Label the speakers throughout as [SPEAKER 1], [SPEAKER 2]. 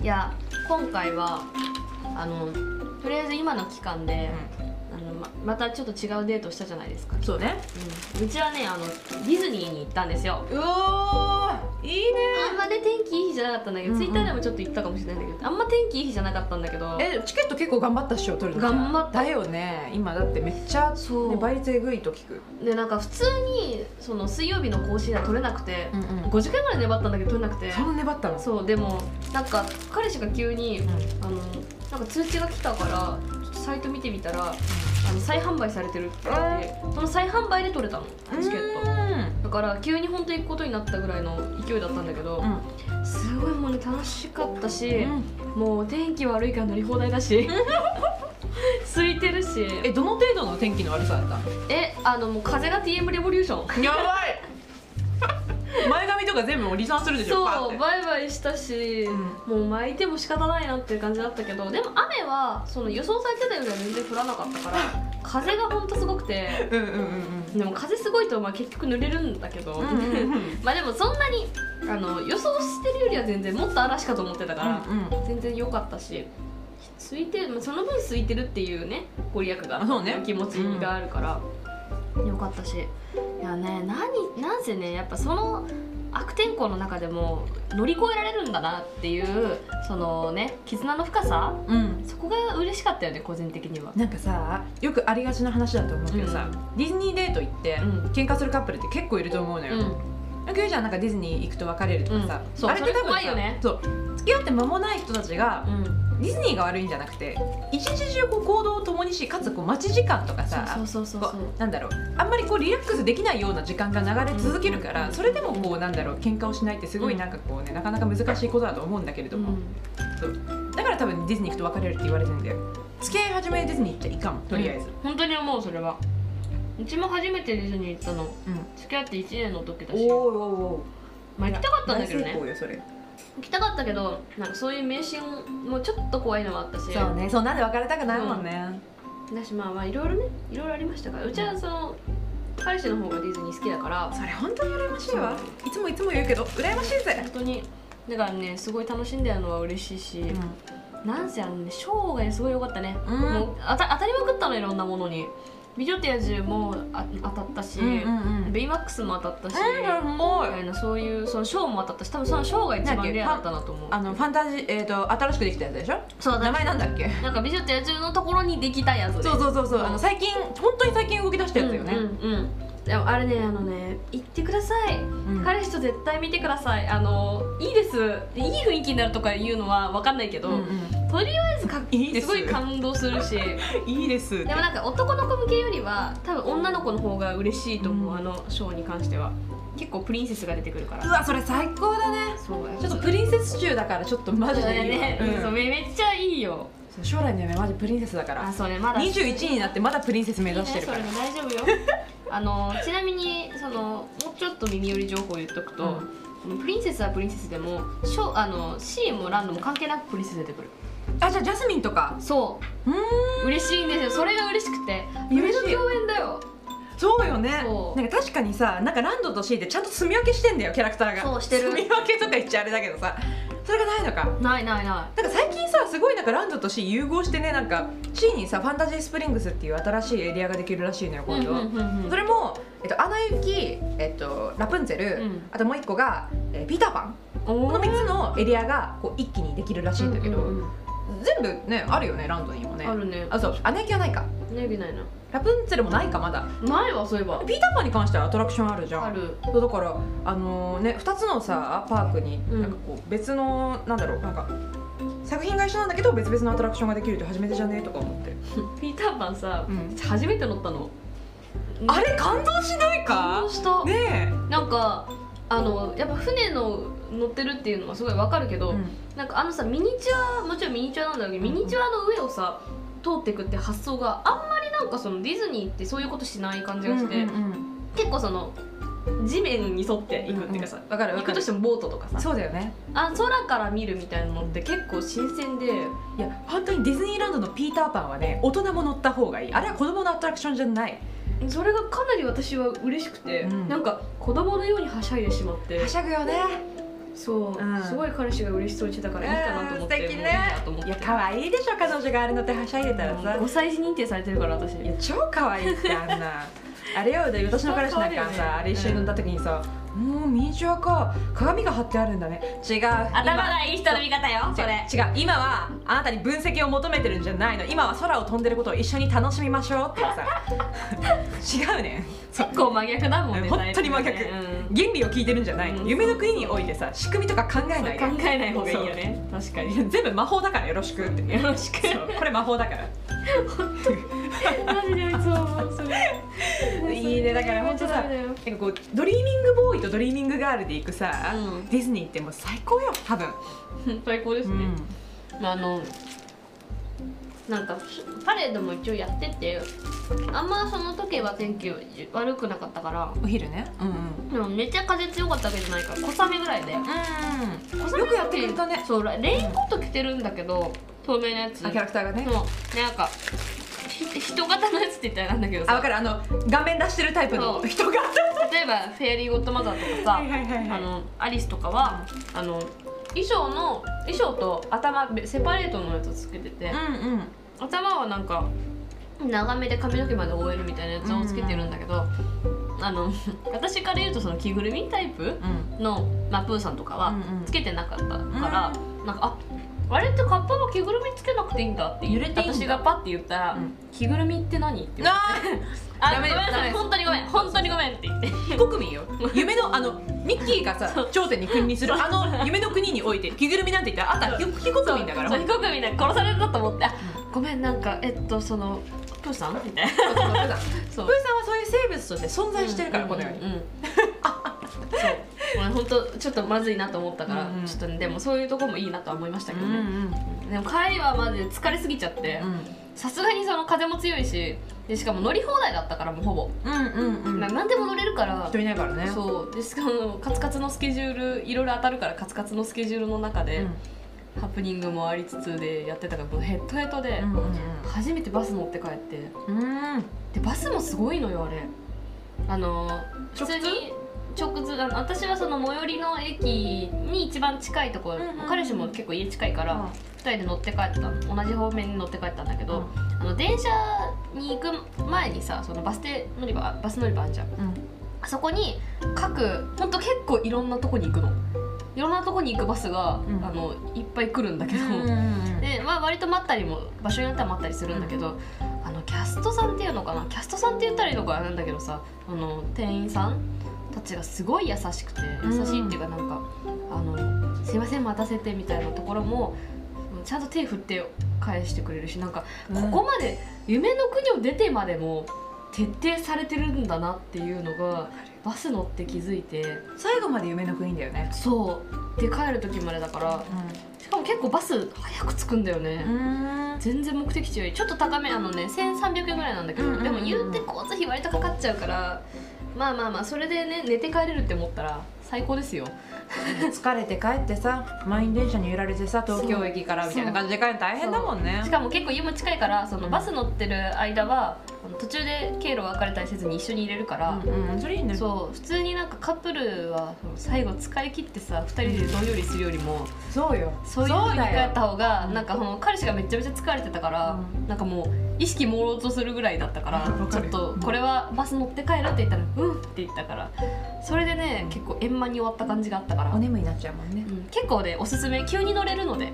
[SPEAKER 1] いや今回はあのとりあえず今の期間で、あのままたちょっと違うデートしたじゃないですか、
[SPEAKER 2] そうね
[SPEAKER 1] うん、うちはねあのディズニーに行ったんですよ
[SPEAKER 2] うおーいいね
[SPEAKER 1] あんまね天気いい日じゃなかったんだけど、
[SPEAKER 2] うんうん
[SPEAKER 1] ツイッターでもちょっと言ったかもしれないんだけどあんま天気いい日じゃなかったんだけど
[SPEAKER 2] えチケット結構頑張ったっしょ取るの
[SPEAKER 1] 頑張った
[SPEAKER 2] だよね今だってめっちゃ、
[SPEAKER 1] そう
[SPEAKER 2] ね、倍率えぐいと聞く、
[SPEAKER 1] でなんか普通にその水曜日の甲子園は取れなくて、
[SPEAKER 2] ご
[SPEAKER 1] 5時間ぐらい粘ったんだけど取れなくて
[SPEAKER 2] そんな粘ったの
[SPEAKER 1] そうでもなんか彼氏が急に、あのなんか通知が来たからちょっとサイト見てみたらあの再販売されてるって言ってその再販売で取れたのチケットだから急に本当に行くことになったぐらいの勢いだったんだけど
[SPEAKER 2] う、ん
[SPEAKER 1] すごいもうね楽しかったし、
[SPEAKER 2] うん
[SPEAKER 1] もう天気悪いから乗り放題だ し空いてるし
[SPEAKER 2] えどの程度の天気の悪さだったの
[SPEAKER 1] えあのもう風が TM レボリューション
[SPEAKER 2] やばい 前髪とか全部もう離散するでしょパーっ
[SPEAKER 1] そ
[SPEAKER 2] て
[SPEAKER 1] うバイバイしたし、
[SPEAKER 2] うん
[SPEAKER 1] もう巻いても仕方ないなっていう感じだったけどでも雨はその予想されてたよりは全然降らなかったから風がほんとすごくて
[SPEAKER 2] うんうんうん
[SPEAKER 1] でも風すごいとまあ結局濡れるんだけど、
[SPEAKER 2] うんうんうん
[SPEAKER 1] まあでもそんなにあの予想してるよりは全然もっと嵐かと思ってたから、
[SPEAKER 2] うんうん
[SPEAKER 1] 全然良かったし空いてるまあその分空いてるっていうねご利益が
[SPEAKER 2] そうね
[SPEAKER 1] 気持ちがあるから、良かったしいやね何なんせねやっぱその悪天候の中でも乗り越えられるんだなっていうそのね絆の深さ
[SPEAKER 2] うん
[SPEAKER 1] そこが嬉しかったよね個人的には。
[SPEAKER 2] なんかさよくありがちな話だと思うけどさ、ディズニーデート行って、
[SPEAKER 1] うん
[SPEAKER 2] 喧嘩するカップルって結構いると思うのよ、
[SPEAKER 1] う
[SPEAKER 2] よく言うじゃんなんかディズニー行くと別れるとかさ、
[SPEAKER 1] うんそう
[SPEAKER 2] あれって多分
[SPEAKER 1] それ怖いよね
[SPEAKER 2] そう付き合って間もない人たちが、
[SPEAKER 1] ん、うん、
[SPEAKER 2] ディズニーが悪いんじゃなくて一日中こう行動を共にしかつこう待ち時間とかさ
[SPEAKER 1] そうそうそうそう
[SPEAKER 2] こうなんだろうあんまりこうリラックスできないような時間が流れ続けるから、
[SPEAKER 1] うん
[SPEAKER 2] それでもこうなんだろう喧嘩をしないってすごいなんかこうねなかなか難しいことだと思うんだけれど
[SPEAKER 1] う
[SPEAKER 2] も、
[SPEAKER 1] ん
[SPEAKER 2] だから多分ディズニー行くと別れるって言われてんだよ付き合い始めディズニー行っちゃいかんとりあえず、
[SPEAKER 1] 本当に思うそれはうちも初めてディズニー行ったの
[SPEAKER 2] うん
[SPEAKER 1] 付き合って1年の時だ
[SPEAKER 2] お
[SPEAKER 1] し
[SPEAKER 2] おおおお
[SPEAKER 1] まあ行きたかったんだけどね
[SPEAKER 2] 大成功よそれ
[SPEAKER 1] 行きたかったけどなんかそういう迷信もちょっと怖いのもあったし
[SPEAKER 2] そうねそうなんで別れたくないもんね、
[SPEAKER 1] だしまあまあいろいろねいろいろありましたからうちはその彼氏の方がディズニー好きだから
[SPEAKER 2] それ本当に羨ましいわ
[SPEAKER 1] そ
[SPEAKER 2] いつもいつも言うけど羨ましいぜ
[SPEAKER 1] 本、当にだからねすごい楽しんでやるのは嬉しいし、なんせあのねショーがねすごい良かったね、
[SPEAKER 2] うん
[SPEAKER 1] もうあた当たりまくったのいろんなものに「美女と野獣も」あ当たったし、
[SPEAKER 2] うん
[SPEAKER 1] ベイマックスも当たったし、
[SPEAKER 2] も
[SPEAKER 1] みたいなそういうそのショーも当たったし多分そのショーが一番レアだったなと思う
[SPEAKER 2] あのファンタジーえっ、と新しくできたやつでしょ
[SPEAKER 1] そう
[SPEAKER 2] 名前なんだっけ
[SPEAKER 1] なんか美女と野獣のところにできたやつで
[SPEAKER 2] そうそうそうそう
[SPEAKER 1] うん
[SPEAKER 2] あの最近本当に最近動き出したやつよね、
[SPEAKER 1] うんうんうんでもあれねあのね行ってください、
[SPEAKER 2] うん
[SPEAKER 1] 彼氏と絶対見てくださいあのいいですでいい雰囲気になるとか言うのは分かんないけど、
[SPEAKER 2] うんうん
[SPEAKER 1] とりあえずか
[SPEAKER 2] いいです
[SPEAKER 1] すごい感動するし で
[SPEAKER 2] いいですって
[SPEAKER 1] もなんか男の子向けよりは多分女の子の方が嬉しいと思う、
[SPEAKER 2] うん
[SPEAKER 1] あのショーに関しては結構プリンセスが出てくるから
[SPEAKER 2] うわそれ最高だね
[SPEAKER 1] そう
[SPEAKER 2] ちょっとプリンセス中だからちょっとマジでいいわ
[SPEAKER 1] ね、
[SPEAKER 2] うん
[SPEAKER 1] そうめめっちゃいいよ
[SPEAKER 2] そう将来の夢マジプリンセスだか
[SPEAKER 1] あ
[SPEAKER 2] ら
[SPEAKER 1] それまだ
[SPEAKER 2] 21になってまだプリンセス目指してるから
[SPEAKER 1] いいねそれも大丈 夫よあのちなみにそのもうちょっと耳寄り情報を言っとくと、プリンセスはプリンセスでもショーあのシーンもランドも関係なくプリンセス出てくる
[SPEAKER 2] あじゃあジャスミンとか
[SPEAKER 1] そう
[SPEAKER 2] ーん
[SPEAKER 1] う嬉しいんですよそれが嬉しくて
[SPEAKER 2] 嬉
[SPEAKER 1] 夢
[SPEAKER 2] しい
[SPEAKER 1] の共演だよ
[SPEAKER 2] そうよね
[SPEAKER 1] そう
[SPEAKER 2] なんか確かにさなんかランドとシーってちゃんと住み分けしてんだよキャラクターが
[SPEAKER 1] そうしてる
[SPEAKER 2] 住み分けとか言っちゃあれだけどさそれがないのか
[SPEAKER 1] ないないな
[SPEAKER 2] なんか最近さすごいなんかランドとシー融合してねなんかシーにさファンタジースプリングスっていう新しいエリアができるらしいのよ
[SPEAKER 1] い
[SPEAKER 2] 今度、
[SPEAKER 1] うんうんうんうん
[SPEAKER 2] それも、えっと、アナ雪、えっと、ラプンツェル、
[SPEAKER 1] うん
[SPEAKER 2] あともう一個が、えーピーターパン
[SPEAKER 1] お
[SPEAKER 2] この
[SPEAKER 1] ー
[SPEAKER 2] 3つのエリアがこう一気にできるらしいんだけど、
[SPEAKER 1] うんうん
[SPEAKER 2] 全部ねあるよねランドにもね
[SPEAKER 1] あるね
[SPEAKER 2] あそうアナ雪はないか
[SPEAKER 1] ネギないな
[SPEAKER 2] ラプンツェルもないかまだ
[SPEAKER 1] 前はそういえば
[SPEAKER 2] ピーターパンに関してはアトラクションあるじゃん
[SPEAKER 1] ある
[SPEAKER 2] そうだからあのね2つのさパークに
[SPEAKER 1] うん
[SPEAKER 2] なんかこう別の、なんだろうなんか作品が一緒なんだけど別々のアトラクションができるって初めてじゃねえとか思って、
[SPEAKER 1] ピーターパンさ、
[SPEAKER 2] うん
[SPEAKER 1] 初めて乗ったの
[SPEAKER 2] あれ感動しない
[SPEAKER 1] 感
[SPEAKER 2] か
[SPEAKER 1] 動した
[SPEAKER 2] ね
[SPEAKER 1] なんかあのやっぱ船の乗ってるっていうのはすごいわかるけ
[SPEAKER 2] え、
[SPEAKER 1] ど、なんかあのさミニチュアもちろんミニチュアなんだけどミニチュアの上をさ通っていくって発想があんまりなんかそのディズニーってそういうことしない感じがして、
[SPEAKER 2] うんうんうん
[SPEAKER 1] 結構その地面に沿っていくっていうかさ、
[SPEAKER 2] わかるわ
[SPEAKER 1] 行
[SPEAKER 2] か
[SPEAKER 1] くと
[SPEAKER 2] る
[SPEAKER 1] してもボートとかさ
[SPEAKER 2] そうだよね
[SPEAKER 1] あ空から見るみたいなのって結構新鮮で
[SPEAKER 2] いや本当にディズニーランドのピーターパンはね大人も乗った方がいいあれは子供のアトラクションじゃない
[SPEAKER 1] それがかなり私は嬉しくて、
[SPEAKER 2] うん
[SPEAKER 1] なんか子供のようにはしゃいでしまって
[SPEAKER 2] はしゃぐよね
[SPEAKER 1] そう、
[SPEAKER 2] うん
[SPEAKER 1] すごい彼氏が嬉しそうにしてたからいいかなと思って、
[SPEAKER 2] うん素敵
[SPEAKER 1] もうい
[SPEAKER 2] ね
[SPEAKER 1] いなと思っ
[SPEAKER 2] い
[SPEAKER 1] て
[SPEAKER 2] や可愛いでしょ彼女があれの手はしゃいでたらさ
[SPEAKER 1] 5歳児認定されてるから私
[SPEAKER 2] いや超可愛いってあん なあれよで私の彼氏な
[SPEAKER 1] 超可
[SPEAKER 2] んかさ、
[SPEAKER 1] 愛いよね
[SPEAKER 2] あれ一緒に乗った時にさ「もうミニチュアか鏡が貼ってあるんだね違う
[SPEAKER 1] 頭
[SPEAKER 2] 今
[SPEAKER 1] がいい人の見方よそれ
[SPEAKER 2] 違う今はあなたに分析を求めてるんじゃないの今は空を飛んでることを一緒に楽しみましょうっていうさ 違うねそう
[SPEAKER 1] 結構真逆だもんね
[SPEAKER 2] 本当に真逆
[SPEAKER 1] タイプがねうん
[SPEAKER 2] 原理を聞いてるんじゃないの
[SPEAKER 1] うん
[SPEAKER 2] 夢の国においてさ仕組みとか考えない
[SPEAKER 1] そう
[SPEAKER 2] で
[SPEAKER 1] 考えない方がいいよね確かに
[SPEAKER 2] 全部魔法だからよろしくって
[SPEAKER 1] よろしく
[SPEAKER 2] そうこれ魔法だから
[SPEAKER 1] マジでいつも思うそれ
[SPEAKER 2] いいねだから本
[SPEAKER 1] め
[SPEAKER 2] 当さ
[SPEAKER 1] っちゃダメだよ
[SPEAKER 2] なんかこうドリーミングボーイとドリーミングガールで行くさ、
[SPEAKER 1] うん
[SPEAKER 2] ディズニーってもう最高よ多分、
[SPEAKER 1] 最高ですね、
[SPEAKER 2] うん
[SPEAKER 1] まああのなんかパレードも一応やっててあんまその時は天気悪くなかったから
[SPEAKER 2] お昼ねうんうん
[SPEAKER 1] でもめっちゃ風強かったわけじゃないから小雨ぐらいで小雨
[SPEAKER 2] よくやってくれたね
[SPEAKER 1] そうレレインコート着てるんだけど透明なやつ
[SPEAKER 2] あキャラクターがね
[SPEAKER 1] そうなんかひ人型のやつって言ったらなんだけど
[SPEAKER 2] あ分
[SPEAKER 1] さ
[SPEAKER 2] かるあの画面出してるタイプの
[SPEAKER 1] そう
[SPEAKER 2] 人が
[SPEAKER 1] 例えばフェアリーゴッドマザーとかさ
[SPEAKER 2] いはい
[SPEAKER 1] あのアリスとかはあの衣装の衣装と頭べセパレートのやつをつけてて、
[SPEAKER 2] うんうん
[SPEAKER 1] 頭はなんか長めで髪の毛まで覆えるみたいなやつをつけてるんだけど、あの 私から言うとその着ぐるみタイプ
[SPEAKER 2] うん
[SPEAKER 1] の、まあ、プーさんとかは
[SPEAKER 2] うんうん
[SPEAKER 1] つけてなかったから、なんかああれってカッパは着ぐるみつけなくていいんだって
[SPEAKER 2] 揺れていいんだ
[SPEAKER 1] 私がパッて言ったら「
[SPEAKER 2] うん
[SPEAKER 1] 着ぐるみって何?」って言わ
[SPEAKER 2] あ
[SPEAKER 1] れてあ
[SPEAKER 2] ダメ
[SPEAKER 1] ご
[SPEAKER 2] で
[SPEAKER 1] め
[SPEAKER 2] す
[SPEAKER 1] んなさ
[SPEAKER 2] ダメ
[SPEAKER 1] い
[SPEAKER 2] です
[SPEAKER 1] 本当にごめん本当にごめん」って言って
[SPEAKER 2] 非国民よ夢のあのミッキーがさ頂点に君にするあの夢の国において着ぐるみなんて言ったらあんた非非国民だから
[SPEAKER 1] そう非国民だから殺されたと思ってあ「ごめんなんかえっとそのプーさん?」みたいな
[SPEAKER 2] そうそうそうプーさん
[SPEAKER 1] そう
[SPEAKER 2] プーさんはそういう生物として存在してるからこの世に
[SPEAKER 1] うんうんうんそう俺本当ちょっとまずいなと思ったから、
[SPEAKER 2] うんうん
[SPEAKER 1] ちょっとねでもそういうとこもいいなとは思いましたけどね、
[SPEAKER 2] ん
[SPEAKER 1] でも帰りはまで疲れすぎちゃってさすがにその風も強いしでしかも乗り放題だったからもうほぼ、
[SPEAKER 2] うんうんうん
[SPEAKER 1] な何でも乗れるから
[SPEAKER 2] 人いないからね
[SPEAKER 1] そうでしかもカツカツのスケジュールいろいろ当たるからカツカツのスケジュールの中で、ハプニングもありつつでやってたからもうヘッドヘッドで、
[SPEAKER 2] うん
[SPEAKER 1] 初めてバス乗って帰って
[SPEAKER 2] うんうんうん
[SPEAKER 1] でバスもすごいのよあれあの普
[SPEAKER 2] 直通
[SPEAKER 1] 通に直通あの私はその最寄りの駅に一番近いところ、
[SPEAKER 2] うんうんうん
[SPEAKER 1] 彼氏も結構家近いから、2人で乗って帰ったの同じ方面に乗って帰ったんだけど、
[SPEAKER 2] うん
[SPEAKER 1] あの電車に行く前にさそのバス停乗り場バス乗り場あんじゃん
[SPEAKER 2] うん
[SPEAKER 1] あそこに各ほんと結構いろんなとこに行くのいろんなとこに行くバスが、
[SPEAKER 2] うん
[SPEAKER 1] あのいっぱい来るんだけど、で、まあ、割と待ったりも場所によっては待ったりするんだけど、あのキャストさんっていうのかなキャストさんって言ったらいいのかなんだけどさあの店員さんたちがすごい優しくて
[SPEAKER 2] うん
[SPEAKER 1] 優しいっていうかなんか「あのすいません待たせて」みたいなところもちゃんと手振って返してくれるしなんか
[SPEAKER 2] うん
[SPEAKER 1] ここまで夢の国を出てまでも徹底されてるんだなっていうのがバス乗って気づいて
[SPEAKER 2] 最後まで夢の国だよね
[SPEAKER 1] そうで帰る時までだからしかも結構バス早く着くんだよね。
[SPEAKER 2] うん
[SPEAKER 1] 全然目的地よりちょっと高めあのね1300円ぐらいなんだけど、
[SPEAKER 2] うんうんうん
[SPEAKER 1] でも言うて交通費割とかかっちゃうからまあまあまあそれでね寝て帰れるって思ったら最高ですよ
[SPEAKER 2] 疲れて帰ってさ満員電車に揺られてさ東京駅からみたいな感じで帰るの大変だもんね
[SPEAKER 1] しかも結構家も近いからそのバス乗ってる間はあの途中で経路分かれたりせずに一緒に入れるから、
[SPEAKER 2] うんうんそれいいね
[SPEAKER 1] そう普通になんかカップルはその最後使い切ってさ2人でどんよりするよりも
[SPEAKER 2] そうよ
[SPEAKER 1] そういう風に帰
[SPEAKER 2] だよ
[SPEAKER 1] った方がなんかその彼氏がめちゃめちゃ疲れてたから、
[SPEAKER 2] う
[SPEAKER 1] なんかもう意識朦朧とするぐらいだった から
[SPEAKER 2] わ
[SPEAKER 1] ち
[SPEAKER 2] か
[SPEAKER 1] ょ
[SPEAKER 2] る
[SPEAKER 1] っとこれはバス乗って帰るって言ったら「うん」って言ったからそれでね結構円満に終わった感じがあったから、
[SPEAKER 2] お眠になっちゃうもんね
[SPEAKER 1] うん結構ねおすすめ急に乗れるので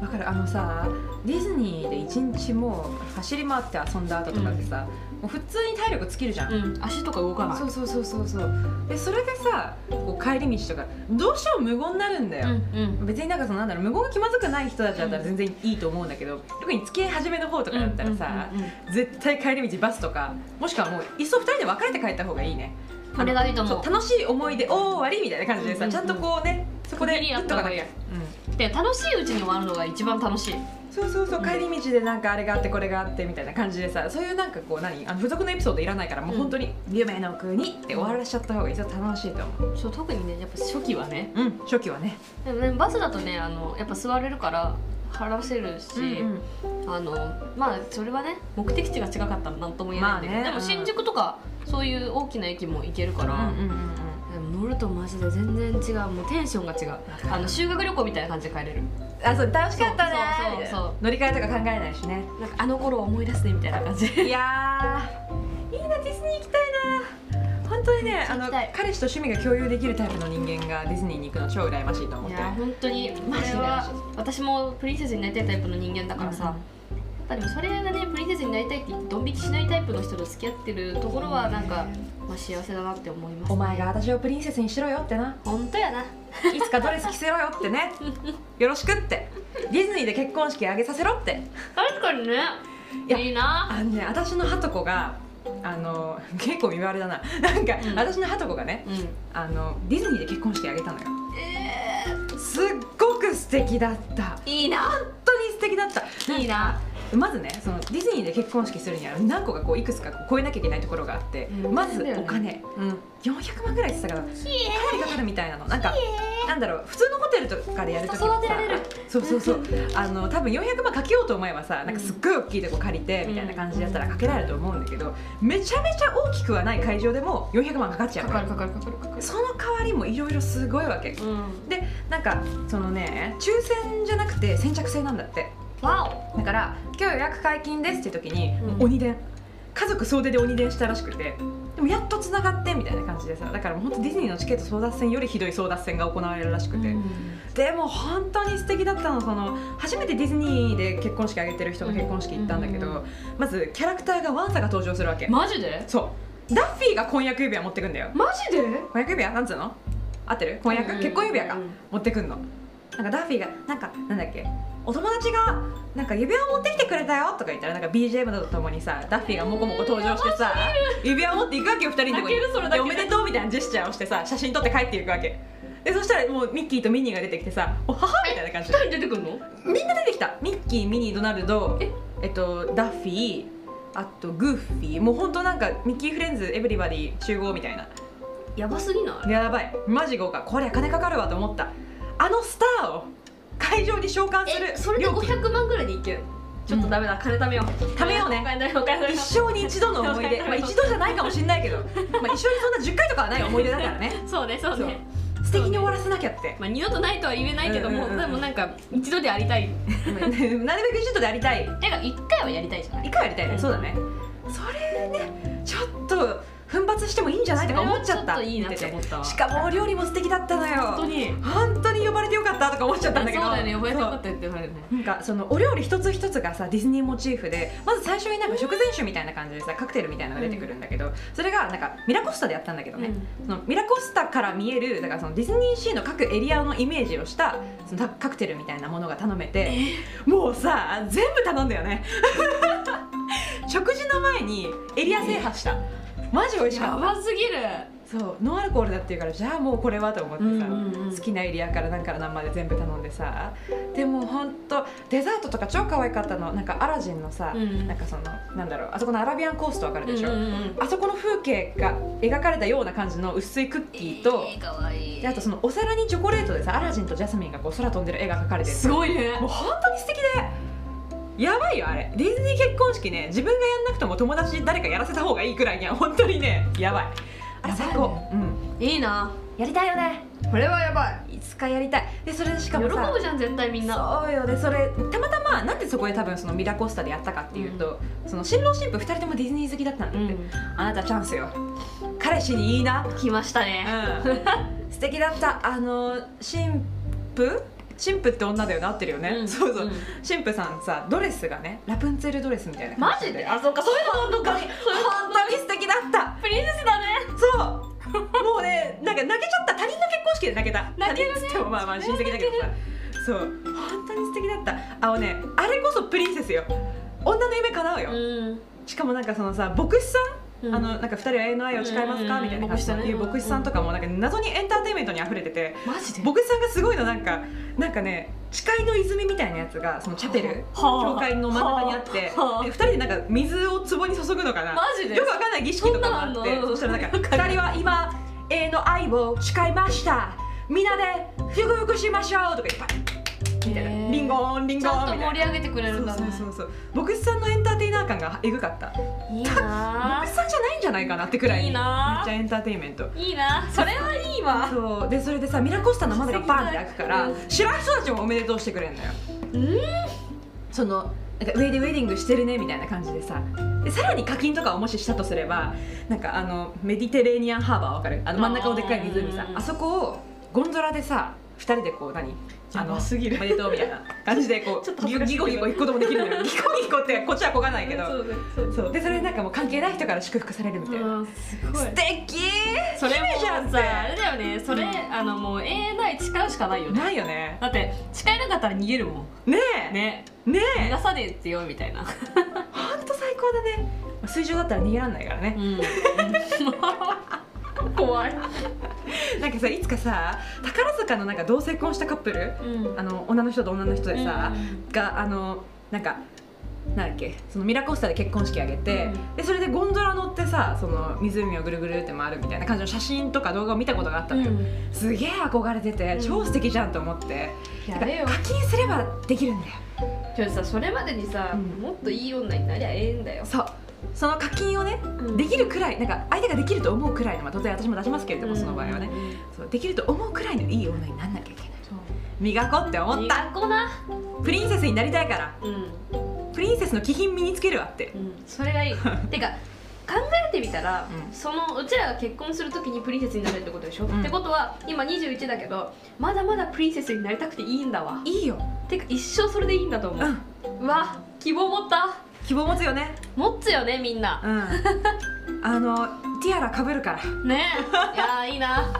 [SPEAKER 2] わかるあのさディズニーで一日もう走り回って遊んだ後とかでさ、もう普通に体力尽きるじゃん、
[SPEAKER 1] うん足とか動かない
[SPEAKER 2] そうそうそうそうそうでそれでさこう帰り道とかどうしても無言になるんだ
[SPEAKER 1] うんう
[SPEAKER 2] よ、
[SPEAKER 1] ん
[SPEAKER 2] 別になんかそのなんだろう無言が気まずくない人たちだったら全然いいと思うんだけど、特に付き合い始めの方とかだったらさ、
[SPEAKER 1] うんうんうん
[SPEAKER 2] 絶対帰り道バスとかもしくはもういっそ2人で別れて帰った方がいいね
[SPEAKER 1] これがいいと思
[SPEAKER 2] そうう楽しい思い出おー終わりみたいな感じでさ、
[SPEAKER 1] うんうんうん
[SPEAKER 2] ちゃんとこうねそこで
[SPEAKER 1] 区切りやった方がいい
[SPEAKER 2] 打っとかなきゃうん
[SPEAKER 1] で楽しいうちに終わるのが一番楽しい
[SPEAKER 2] そうそうそううん帰り道でなんかあれがあってこれがあってみたいな感じでさそういうなんかこう何あの付属のエピソードいらないからもう本当に「夢の国」って終わらしちゃった方が一番楽しいと思う
[SPEAKER 1] そう特にねやっぱ初期はね
[SPEAKER 2] うん初期はね
[SPEAKER 1] でもねバスだとねあのやっぱ座れるから払わせるし、
[SPEAKER 2] うん
[SPEAKER 1] あのまあそれはね目的地が近かったら何とも言えないんだけど、
[SPEAKER 2] まあね
[SPEAKER 1] でも新宿とかそういう大きな駅も行けるか
[SPEAKER 2] う
[SPEAKER 1] ら、
[SPEAKER 2] んうんうん
[SPEAKER 1] でも乗るとマジで全然違うもうテンションが違うあの修学旅行みたいな感じで帰れる
[SPEAKER 2] あそう楽しかったね
[SPEAKER 1] そうそうそう
[SPEAKER 2] みたいな
[SPEAKER 1] そう
[SPEAKER 2] 乗り換えとか考えないしね
[SPEAKER 1] なんかあの頃を思い出すねみたいな感じ
[SPEAKER 2] いやーいいなディズニー行きたいな本当にねあ
[SPEAKER 1] 行
[SPEAKER 2] の
[SPEAKER 1] きたい
[SPEAKER 2] 彼氏と趣味が共有できるタイプの人間がディズニーに行くの超羨ましいと思っ
[SPEAKER 1] い
[SPEAKER 2] て
[SPEAKER 1] や
[SPEAKER 2] る
[SPEAKER 1] 本当にこれは私もプリンセスになりたいタイプの人間だからさ、やっぱでもそれがねプリンセスになりたいって言ってドン引きしないタイプの人と付き合ってるところはなんか、まあ、幸せだなって思います、
[SPEAKER 2] お前が私をプリンセスにしろよってな
[SPEAKER 1] 本当やない
[SPEAKER 2] つかドレス着せろよってねよろしくってディズニーで結婚式あげさせろって
[SPEAKER 1] 確かにね
[SPEAKER 2] いや
[SPEAKER 1] いいな
[SPEAKER 2] あのね私のハトコがあの結構言われだななんか、
[SPEAKER 1] うん
[SPEAKER 2] 私のハトコがね
[SPEAKER 1] うん
[SPEAKER 2] あのディズニーで結婚式あげたのよ
[SPEAKER 1] え
[SPEAKER 2] すっごく素敵だった
[SPEAKER 1] ー、いいな
[SPEAKER 2] 本当に素敵だった
[SPEAKER 1] いいな
[SPEAKER 2] まずねそのディズニーで結婚式するには何個かこういくつかこう超えなきゃいけないところがあって、
[SPEAKER 1] うん
[SPEAKER 2] まず
[SPEAKER 1] そうだよね
[SPEAKER 2] お金、うん、400万ぐらいって言ってたからかなりかかるみたいなのなんかなんだろう普通のホテルとかでやるとき
[SPEAKER 1] 育てられる
[SPEAKER 2] そうそう そうあの多分400万かけようと思えばさなんかすっごい大きいとこ借りてみたいな感じだったらかけられると思うんだけどめちゃめちゃ大きくはない会場でも400万かかっちゃう
[SPEAKER 1] か
[SPEAKER 2] の
[SPEAKER 1] かるかかるかかるかかる
[SPEAKER 2] その代わりもいろいろすごいわけ
[SPEAKER 1] うん
[SPEAKER 2] でなんかそのね抽選じゃなくて先着制なんだって
[SPEAKER 1] わ
[SPEAKER 2] だから「今日予約解禁です」って時に、
[SPEAKER 1] うん
[SPEAKER 2] もう鬼電家族総出で鬼電したらしくてでもやっとつながってみたいな感じでさだからもう本当ディズニーのチケット争奪戦よりひどい争奪戦が行われるらし
[SPEAKER 1] お
[SPEAKER 2] くて、でも本当に素敵だったのその初めてディズニーで結婚式あげてる人の結婚式行ったんだけど、
[SPEAKER 1] うんうん
[SPEAKER 2] まずキャラクターがワンサが登場するわけ、
[SPEAKER 1] マジで
[SPEAKER 2] そうダッフィーが婚約指輪持ってくんだよ
[SPEAKER 1] マジで
[SPEAKER 2] 婚約指輪なんつうの合ってる婚約、
[SPEAKER 1] うん
[SPEAKER 2] 結婚指輪か、
[SPEAKER 1] うん
[SPEAKER 2] 持ってくんのなんかダッフィーがなんかなんだっけお友達がなんか指輪を持ってきてくれたよとか言ったらなんか BGM とともにさダッフィーがもこもこ登場してさ指輪を持っていくわけよ2人のとこ
[SPEAKER 1] 泣けるそれだ
[SPEAKER 2] に
[SPEAKER 1] け
[SPEAKER 2] で
[SPEAKER 1] で
[SPEAKER 2] おめでとうみたいなジェスチャーをしてさ写真撮って帰っていくわけでそしたらもうミッキーとミニーが出てきてさ「おはは」みたいな感じ
[SPEAKER 1] 一
[SPEAKER 2] で
[SPEAKER 1] 人出てくるの
[SPEAKER 2] みんな出てきたミッキーミニードナルド
[SPEAKER 1] え
[SPEAKER 2] えっとダッフィーあとグーフィーもうほんとなんかミッキーフレンズエブリバディ集合みたいな
[SPEAKER 1] やばすぎない
[SPEAKER 2] やばいマジ豪華これ金かかるわと思ったあのスターを会場に召喚する
[SPEAKER 1] えそれで
[SPEAKER 2] 料金
[SPEAKER 1] 500万ぐらいでいけるちょっとダメだ、金貯めよう
[SPEAKER 2] 貯めようね
[SPEAKER 1] お金貯めようお金貯め
[SPEAKER 2] 一
[SPEAKER 1] よ
[SPEAKER 2] 生に一度の思 い出、
[SPEAKER 1] そう
[SPEAKER 2] まあ、一度じゃないかもしれないけど、まあ、一生にそんな10回とかはない思い出だからね
[SPEAKER 1] うそうねそうね
[SPEAKER 2] 素敵に終わらせなき ゃって、
[SPEAKER 1] まあ二度とないとは言えないけども、
[SPEAKER 2] うんうんうん
[SPEAKER 1] でもなんか一度でありたい
[SPEAKER 2] なるべく一度でありたい
[SPEAKER 1] てか一回はやりたいじゃない
[SPEAKER 2] 一回はやりたいね、
[SPEAKER 1] うん
[SPEAKER 2] そうだねそれねちょっと奮発してもいいんじゃないとか思っちゃった
[SPEAKER 1] それはちょっといいなって思ったわ
[SPEAKER 2] しかもお料理も素敵だったのよ
[SPEAKER 1] 本当に
[SPEAKER 2] 本当に呼ばれてよかったとか思っちゃったんだけど
[SPEAKER 1] そうだよね覚えてよか
[SPEAKER 2] そう
[SPEAKER 1] ったって言われるね
[SPEAKER 2] なんかそのお料理一つ一つがさディズニーモチーフでまず最初になんか食前酒みたいな感じでさカクテルみたいなのが出てくるんだけど、それがなんかミラコスタでやったんだけどね、そのミラコスタから見えるだからそのディズニーシーの各エリアのイメージをしたそのカクテルみたいなものが頼めてもうさ全部頼んだよね 食事の前にエリア制覇したマジ美味し
[SPEAKER 1] や
[SPEAKER 2] かった
[SPEAKER 1] ばすぎる
[SPEAKER 2] そうノンアルコールだっていうからじゃあもうこれはと思って
[SPEAKER 1] う
[SPEAKER 2] さ、
[SPEAKER 1] んうんうん
[SPEAKER 2] 好きなエリアから何から何まで全部頼んでさでもほんとデザートとか超可愛かったのなんかアラジンのさ、
[SPEAKER 1] うん
[SPEAKER 2] なんかそのなんだろうあそこのアラビアンコーストわかるでし
[SPEAKER 1] う
[SPEAKER 2] ょ、
[SPEAKER 1] んうんうん
[SPEAKER 2] あそこの風景が描かれたような感じの薄いクッキーと、
[SPEAKER 1] えー、かわいい
[SPEAKER 2] であとそのお皿にチョコレートでさアラジンとジャスミンがこう空飛んでる絵が描かれてる
[SPEAKER 1] すごいね
[SPEAKER 2] もう本当に素敵でやばいよあれディズニー結婚式ね自分がやんなくても友達に誰かやらせた方がいいくらいには本当にねやばいあれ
[SPEAKER 1] やばい
[SPEAKER 2] 最
[SPEAKER 1] ね
[SPEAKER 2] 高、うん
[SPEAKER 1] いいな
[SPEAKER 2] やりたいよね
[SPEAKER 1] これはやばい
[SPEAKER 2] いつかやりたいでそれでし
[SPEAKER 1] 喜
[SPEAKER 2] かもさ
[SPEAKER 1] ぶじゃん絶対みんな
[SPEAKER 2] そうよでそれたまたまなんでそこで多分そのミラコスタでやったかっていうと、その新郎新婦2人ともディズニー好きだったんだって、
[SPEAKER 1] うん
[SPEAKER 2] あなたチャンスよ彼氏にいいな
[SPEAKER 1] 来ましたね
[SPEAKER 2] うん 素敵だったあの新婦新婦って女だよな合ってるよね、
[SPEAKER 1] うん
[SPEAKER 2] そうそう、
[SPEAKER 1] うん
[SPEAKER 2] 新婦さんさドレスがねラプンツェルドレスみたいな
[SPEAKER 1] マ
[SPEAKER 2] 感
[SPEAKER 1] ジ
[SPEAKER 2] じ
[SPEAKER 1] であそうかそういうの本当か
[SPEAKER 2] 本当に素敵だった
[SPEAKER 1] プリンセスだね
[SPEAKER 2] そうもうねなんか泣けちゃった他人の結婚式で泣けた
[SPEAKER 1] 泣けるね
[SPEAKER 2] 他人っつってもまあまあ親戚だけどさそう本当に素敵だったあのねあれこそプリンセスよ女の夢叶うよ、
[SPEAKER 1] うん
[SPEAKER 2] しかもなんかそのさ牧師さん、
[SPEAKER 1] うん
[SPEAKER 2] あのなんか2人は永遠の愛を誓いますか、
[SPEAKER 1] うん
[SPEAKER 2] みたいな感
[SPEAKER 1] 牧
[SPEAKER 2] じで
[SPEAKER 1] 師さんね
[SPEAKER 2] いう牧師さんとかもなんか謎にエンターテインメントに溢れてて
[SPEAKER 1] マジで
[SPEAKER 2] 牧師さんがすごいのなんかなんかね誓いの泉みたいなやつがそのチャペル
[SPEAKER 1] はあ
[SPEAKER 2] 教会の真ん中にあってで
[SPEAKER 1] はあ
[SPEAKER 2] 2人でなんか水を壺に注ぐのかな
[SPEAKER 1] マジで
[SPEAKER 2] よくわかんない儀式とかもあっ
[SPEAKER 1] そんなの
[SPEAKER 2] て
[SPEAKER 1] あんの
[SPEAKER 2] そしたらなんか2人は今永遠の愛を誓いましたみんなで祝福しましょうとかいっぱいみたいな
[SPEAKER 1] へ
[SPEAKER 2] 「
[SPEAKER 1] ー
[SPEAKER 2] リンゴーンリン
[SPEAKER 1] ち
[SPEAKER 2] ゴ
[SPEAKER 1] ゃ
[SPEAKER 2] ー
[SPEAKER 1] ん
[SPEAKER 2] ン」
[SPEAKER 1] と
[SPEAKER 2] みた
[SPEAKER 1] 盛
[SPEAKER 2] い
[SPEAKER 1] り
[SPEAKER 2] な。
[SPEAKER 1] 上げてくれ
[SPEAKER 2] そ
[SPEAKER 1] るん
[SPEAKER 2] う
[SPEAKER 1] だね
[SPEAKER 2] そうそうそう牧師さんのエンターテイナー感がえぐかった牧
[SPEAKER 1] いい な
[SPEAKER 2] 師さんじゃないんじゃないかなってくらい
[SPEAKER 1] いいな
[SPEAKER 2] めっちゃエンターテインメント
[SPEAKER 1] いいなそれはいいわ
[SPEAKER 2] そうでそれでさミラコスタの窓がバンって開くから
[SPEAKER 1] うん
[SPEAKER 2] 知らん人たちもおめでとうしてくれるのよ
[SPEAKER 1] うん
[SPEAKER 2] そのなんかウェディウェディングしてるねみたいな感じでさでさらに課金とかをもししたとすればなんかあのメディテレーニアンハーバーわかるあの真ん中をでっかい湖さ
[SPEAKER 1] あー
[SPEAKER 2] あそこをゴンドラでさ2人でこう何あ
[SPEAKER 3] や
[SPEAKER 2] の
[SPEAKER 3] ばすぎる
[SPEAKER 2] おめでとうみたいな感じで こ
[SPEAKER 3] ちょっと
[SPEAKER 2] う
[SPEAKER 3] 恥
[SPEAKER 2] ギ
[SPEAKER 3] ずかしいけど
[SPEAKER 2] ギコギコ一個ともできる のよギコギコってこっちはこがないけ
[SPEAKER 3] そ
[SPEAKER 2] ど
[SPEAKER 3] うねそう
[SPEAKER 2] そうでそれでなんかもう関係ない人から祝福されるみたいな、
[SPEAKER 1] うんすごい
[SPEAKER 2] 素敵
[SPEAKER 1] それ
[SPEAKER 2] 姫じゃん
[SPEAKER 1] も
[SPEAKER 2] って
[SPEAKER 1] さあれだよねそれ、あのもう永遠ない誓うしかないよね
[SPEAKER 2] ないよね
[SPEAKER 1] だって誓えなかったら逃げるもん
[SPEAKER 2] ねえ
[SPEAKER 1] ね
[SPEAKER 2] ね
[SPEAKER 1] 逃
[SPEAKER 2] え
[SPEAKER 1] がさねえってよみたいな
[SPEAKER 2] ほんと最高だね水上だったら逃げらんないからね
[SPEAKER 1] うん怖い、
[SPEAKER 2] なんかさいつかさ宝塚のなんか同性婚したカップル
[SPEAKER 1] うん
[SPEAKER 2] あの女の人と女の人でさ、
[SPEAKER 1] うん
[SPEAKER 2] があのなんかなんだっけそのミラコスタで結婚式あげて、
[SPEAKER 1] うん
[SPEAKER 2] でそれでゴンドラ乗ってさその湖をぐるぐるって回るみたいな感じの写真とか動画を見たことがあったのよ、
[SPEAKER 1] うん
[SPEAKER 2] すげえ憧れてて
[SPEAKER 1] うん
[SPEAKER 2] 超素敵じゃんと思って、
[SPEAKER 1] や
[SPEAKER 2] だか
[SPEAKER 1] れ
[SPEAKER 2] ら
[SPEAKER 1] よ
[SPEAKER 2] 課金すればできるんだよ
[SPEAKER 1] ちょっとさそれまでにさ、
[SPEAKER 2] うん
[SPEAKER 1] もっといい女になりゃええんだよ、
[SPEAKER 2] そうその課金をね
[SPEAKER 1] うん
[SPEAKER 2] できるくらいなんか相手ができると思うくらいの、まあ、当然私も出しますけれども、その場合はね
[SPEAKER 1] うん
[SPEAKER 2] そうできると思うくらいのいい女になんなきゃいけない
[SPEAKER 1] そう
[SPEAKER 2] 磨こうって思った
[SPEAKER 1] 磨こな
[SPEAKER 2] プリンセスになりたいから
[SPEAKER 1] うん
[SPEAKER 2] プリンセスの気品身につけるわって
[SPEAKER 1] うん、それがいい てか考えてみたら、
[SPEAKER 2] うん
[SPEAKER 1] そのうちらが結婚するときにプリンセスになるってことでしょ、
[SPEAKER 2] ん
[SPEAKER 1] ってことは今21だけどまだまだプリンセスになりたくていいんだわ
[SPEAKER 2] いいよ
[SPEAKER 1] てか一生それでいいんだと思
[SPEAKER 2] う
[SPEAKER 1] う、う
[SPEAKER 2] ん
[SPEAKER 1] わ希望持った
[SPEAKER 2] 希望持つよね
[SPEAKER 1] 持つよねみんな
[SPEAKER 2] うん あのティアラかぶるから
[SPEAKER 1] ねえいやーいいな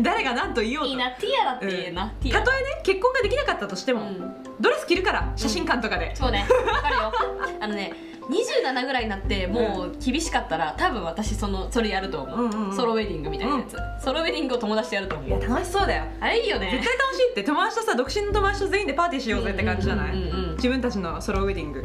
[SPEAKER 2] 誰が何と言おうと
[SPEAKER 1] いいなティアラって言えな、ティア
[SPEAKER 2] た
[SPEAKER 1] ラ
[SPEAKER 2] とえね結婚ができなかったとしても、
[SPEAKER 1] うん、
[SPEAKER 2] ドレス着るから写真館とかで、
[SPEAKER 1] そうねわかるよ あのね27ぐらいになってもう厳しかったら多分私そのそれやると思う,、
[SPEAKER 2] うんうんうん
[SPEAKER 1] ソロウェディングみたいなやつ、ソロウェディングを友達とやると思
[SPEAKER 2] いや
[SPEAKER 1] う
[SPEAKER 2] 楽しそうだよ
[SPEAKER 1] あれいいよね
[SPEAKER 2] 絶対楽しいって友達とさ独身の友達と全員でパーティーしようぜって感じじゃない、
[SPEAKER 1] うんうんうんうん
[SPEAKER 2] 自分たちのソロウェディング